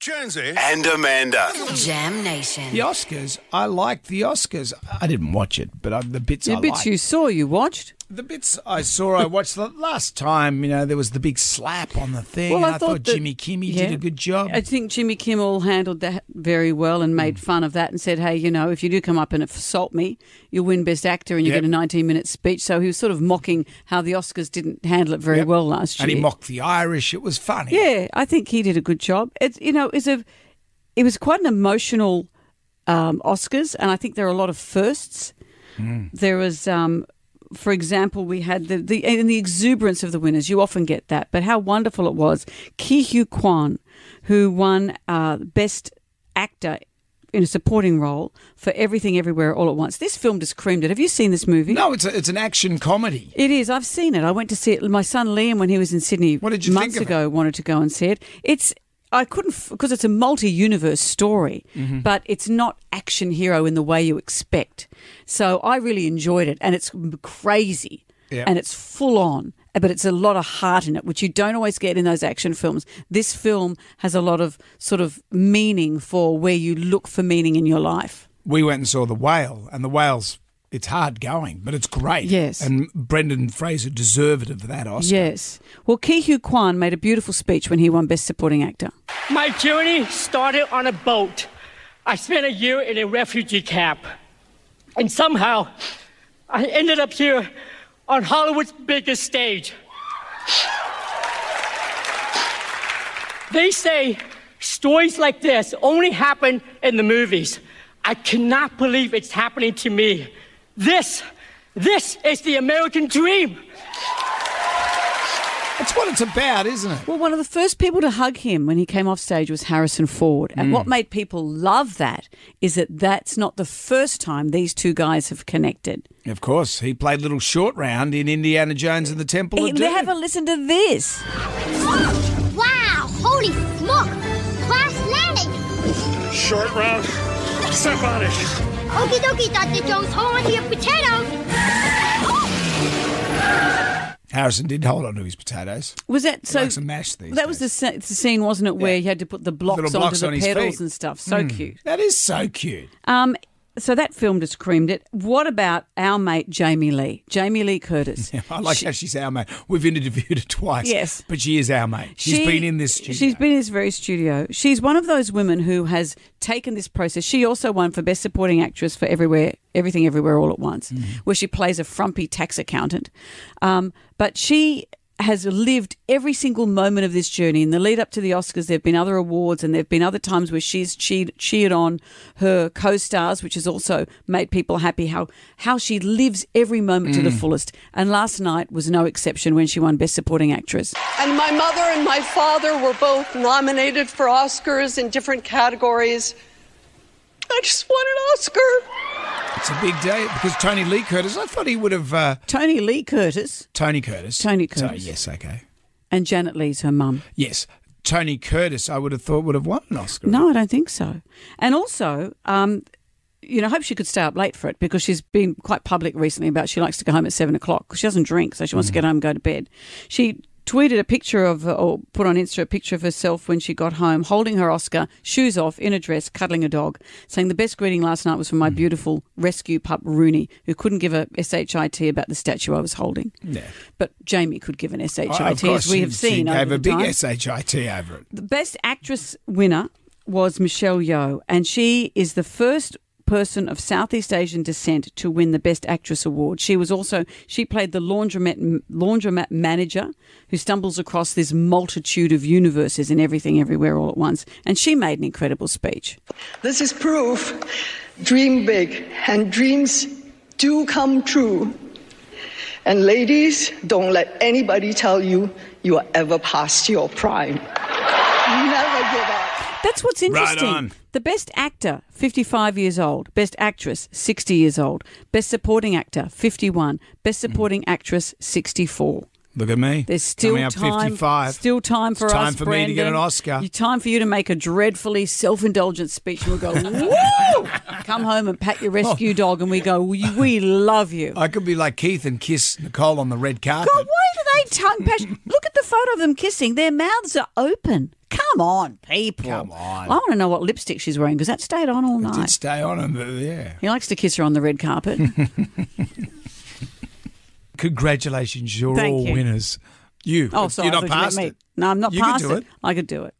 Jonesy. and Amanda. Jam Nation. The Oscars, I like the Oscars. I didn't watch it, but I, the bits The I bits liked. you saw, you watched. the bits I saw, I watched the last time. You know, there was the big slap on the thing. Well, and I thought that- Jimmy Kimmel Yeah. did a good job. Mm. I think Jimmy Kimmel handled that very well and made fun of that and said, hey, you know, if you do come up and assault me, you'll win Best Actor and you Yep. get a 19 minute speech. So he was sort of mocking how the Oscars didn't handle it very Yep. well last year. and he mocked the Irish. It was funny. Yeah, I think he did a good job. It's you know, it's a, it was quite an emotional um, Oscars, and I think there are a lot of firsts. Hmm. There was, um, for example, we had the the and the exuberance of the winners. You often get that, but how wonderful it was. Ki Hu Kwan, who won uh, best actor. In a supporting role for Everything Everywhere All at Once. This film just creamed it. Have you seen this movie? No, it's a, it's an action comedy. It is. I've seen it. I went to see it. My son Liam, when he was in Sydney What did you months think of ago, wanted to go and see it. It's. I couldn't because it's a multi-universe story, Mm-hmm. but it's not action hero in the way you expect. So I really enjoyed it, and it's crazy, Yeah. and it's full on, but it's a lot of heart in it, which you don't always get in those action films. This film has a lot of sort of meaning for where you look for meaning in your life. We went and saw the whale, and the whale's it's hard going, but it's great. Yes. and Brendan Fraser deserved it for that Oscar. Yes. Well, Ki Hu Kwan made a beautiful speech when he won Best Supporting Actor. My journey started on a boat. I spent a year in a refugee camp. And somehow, I ended up here on Hollywood's biggest stage. They say stories like this only happen in the movies. I cannot believe it's happening to me. This, this is the American dream. That's what it's about, isn't it? Well, one of the first people to hug him when he came off stage was Harrison Ford. And Mm. what made people love that is that that's not the first time these two guys have connected. Of course, he played little short round in Indiana Jones and the Temple Hey, of Doom. Have a listen to this. Wow, holy smoke! Crash landing! Short round. Step on it. Okie dokie, Dr. Jones, hold on to your potatoes! Harrison did hold on to his potatoes. Was that so? likes to mash these that was the, se- the scene, wasn't it, where Yeah. you had to put the blocks Little blocks onto on the his pedals feet. Mm. and stuff? So cute. That is so cute. Um, so that film just creamed it. What about our mate Jamie Lee? Jamie Lee Curtis. I like how she's our mate. We've interviewed her twice. Yes. But she is our mate. She's She- been in this studio. She's been in this very studio. She's one of those women who has taken this process. She also won for Best Supporting Actress for Everywhere, Everything Everywhere All at Once, Mm-hmm. where she plays a frumpy tax accountant. Um, but she has lived every single moment of this journey. In the lead up to the Oscars, there have been other awards and there have been other times where she's cheered, cheered on her co stars, which has also made people happy. How, how she lives every moment to the Mm. fullest. And last night was no exception when she won Best Supporting Actress. And my mother and my father were both nominated for Oscars in different categories. I just won an Oscar. It's a big day because Tony Lee Curtis, I thought he would have. Uh, Tony Lee Curtis. Tony Curtis. Tony So, Curtis. yes, okay. And Janet Lee's her mum. Yes. Tony Curtis, I would have thought, would have won an Oscar. No, I don't think so. And also, um, you know, I hope she could stay up late for it because she's been quite public recently about she likes to go home at seven o'clock 'cause she doesn't drink, so she wants to Mm. get home and go to bed. She tweeted a picture of, or put on Insta a picture of herself when she got home, holding her Oscar, shoes off, in a dress, cuddling a dog, saying the best greeting last night was from Mm. my beautiful rescue pup Rooney, who couldn't give a shit about the statue I was holding. Yeah. But Jamie could give an shit, Oh, of as course, we she- have seen. She over gave the a big time. SHIT over it. The Best Actress winner was Michelle Yeoh, and she is the first person of Southeast Asian descent to win the Best Actress award. She was also she played the laundromat laundromat manager who stumbles across this multitude of universes and everything everywhere all at once, and she made an incredible speech. This is proof. Dream big, and dreams do come true. And ladies, don't let anybody tell you you are ever past your prime. Never give up. That's what's interesting. on. The best actor, 55 years old. Best actress, 60 years old. Best supporting actor, 51. Best supporting actress, 64. Look at me. There's still Coming up time. 55. Still time It's for time us. for me to get an Brendan. Oscar. You- Time for you to make a dreadfully self-indulgent speech, and we'll go. Woo! Come home and pat your Oh. rescue dog, and we go. We, we love you. I could be like Keith and kiss Nicole on the red carpet. God, why do they tongue pash? Look at the photo of them kissing. Their mouths are open. Come Come on, people. Come on. I want to know what lipstick she's wearing because that stayed on all Did night. stay on him, but yeah. He likes to kiss her on the red carpet. Congratulations, you're Thank all you. winners. You, Oh, sorry. you're I not Oh, thought you meant past me. it. No, I'm not You could past do it. I could do it.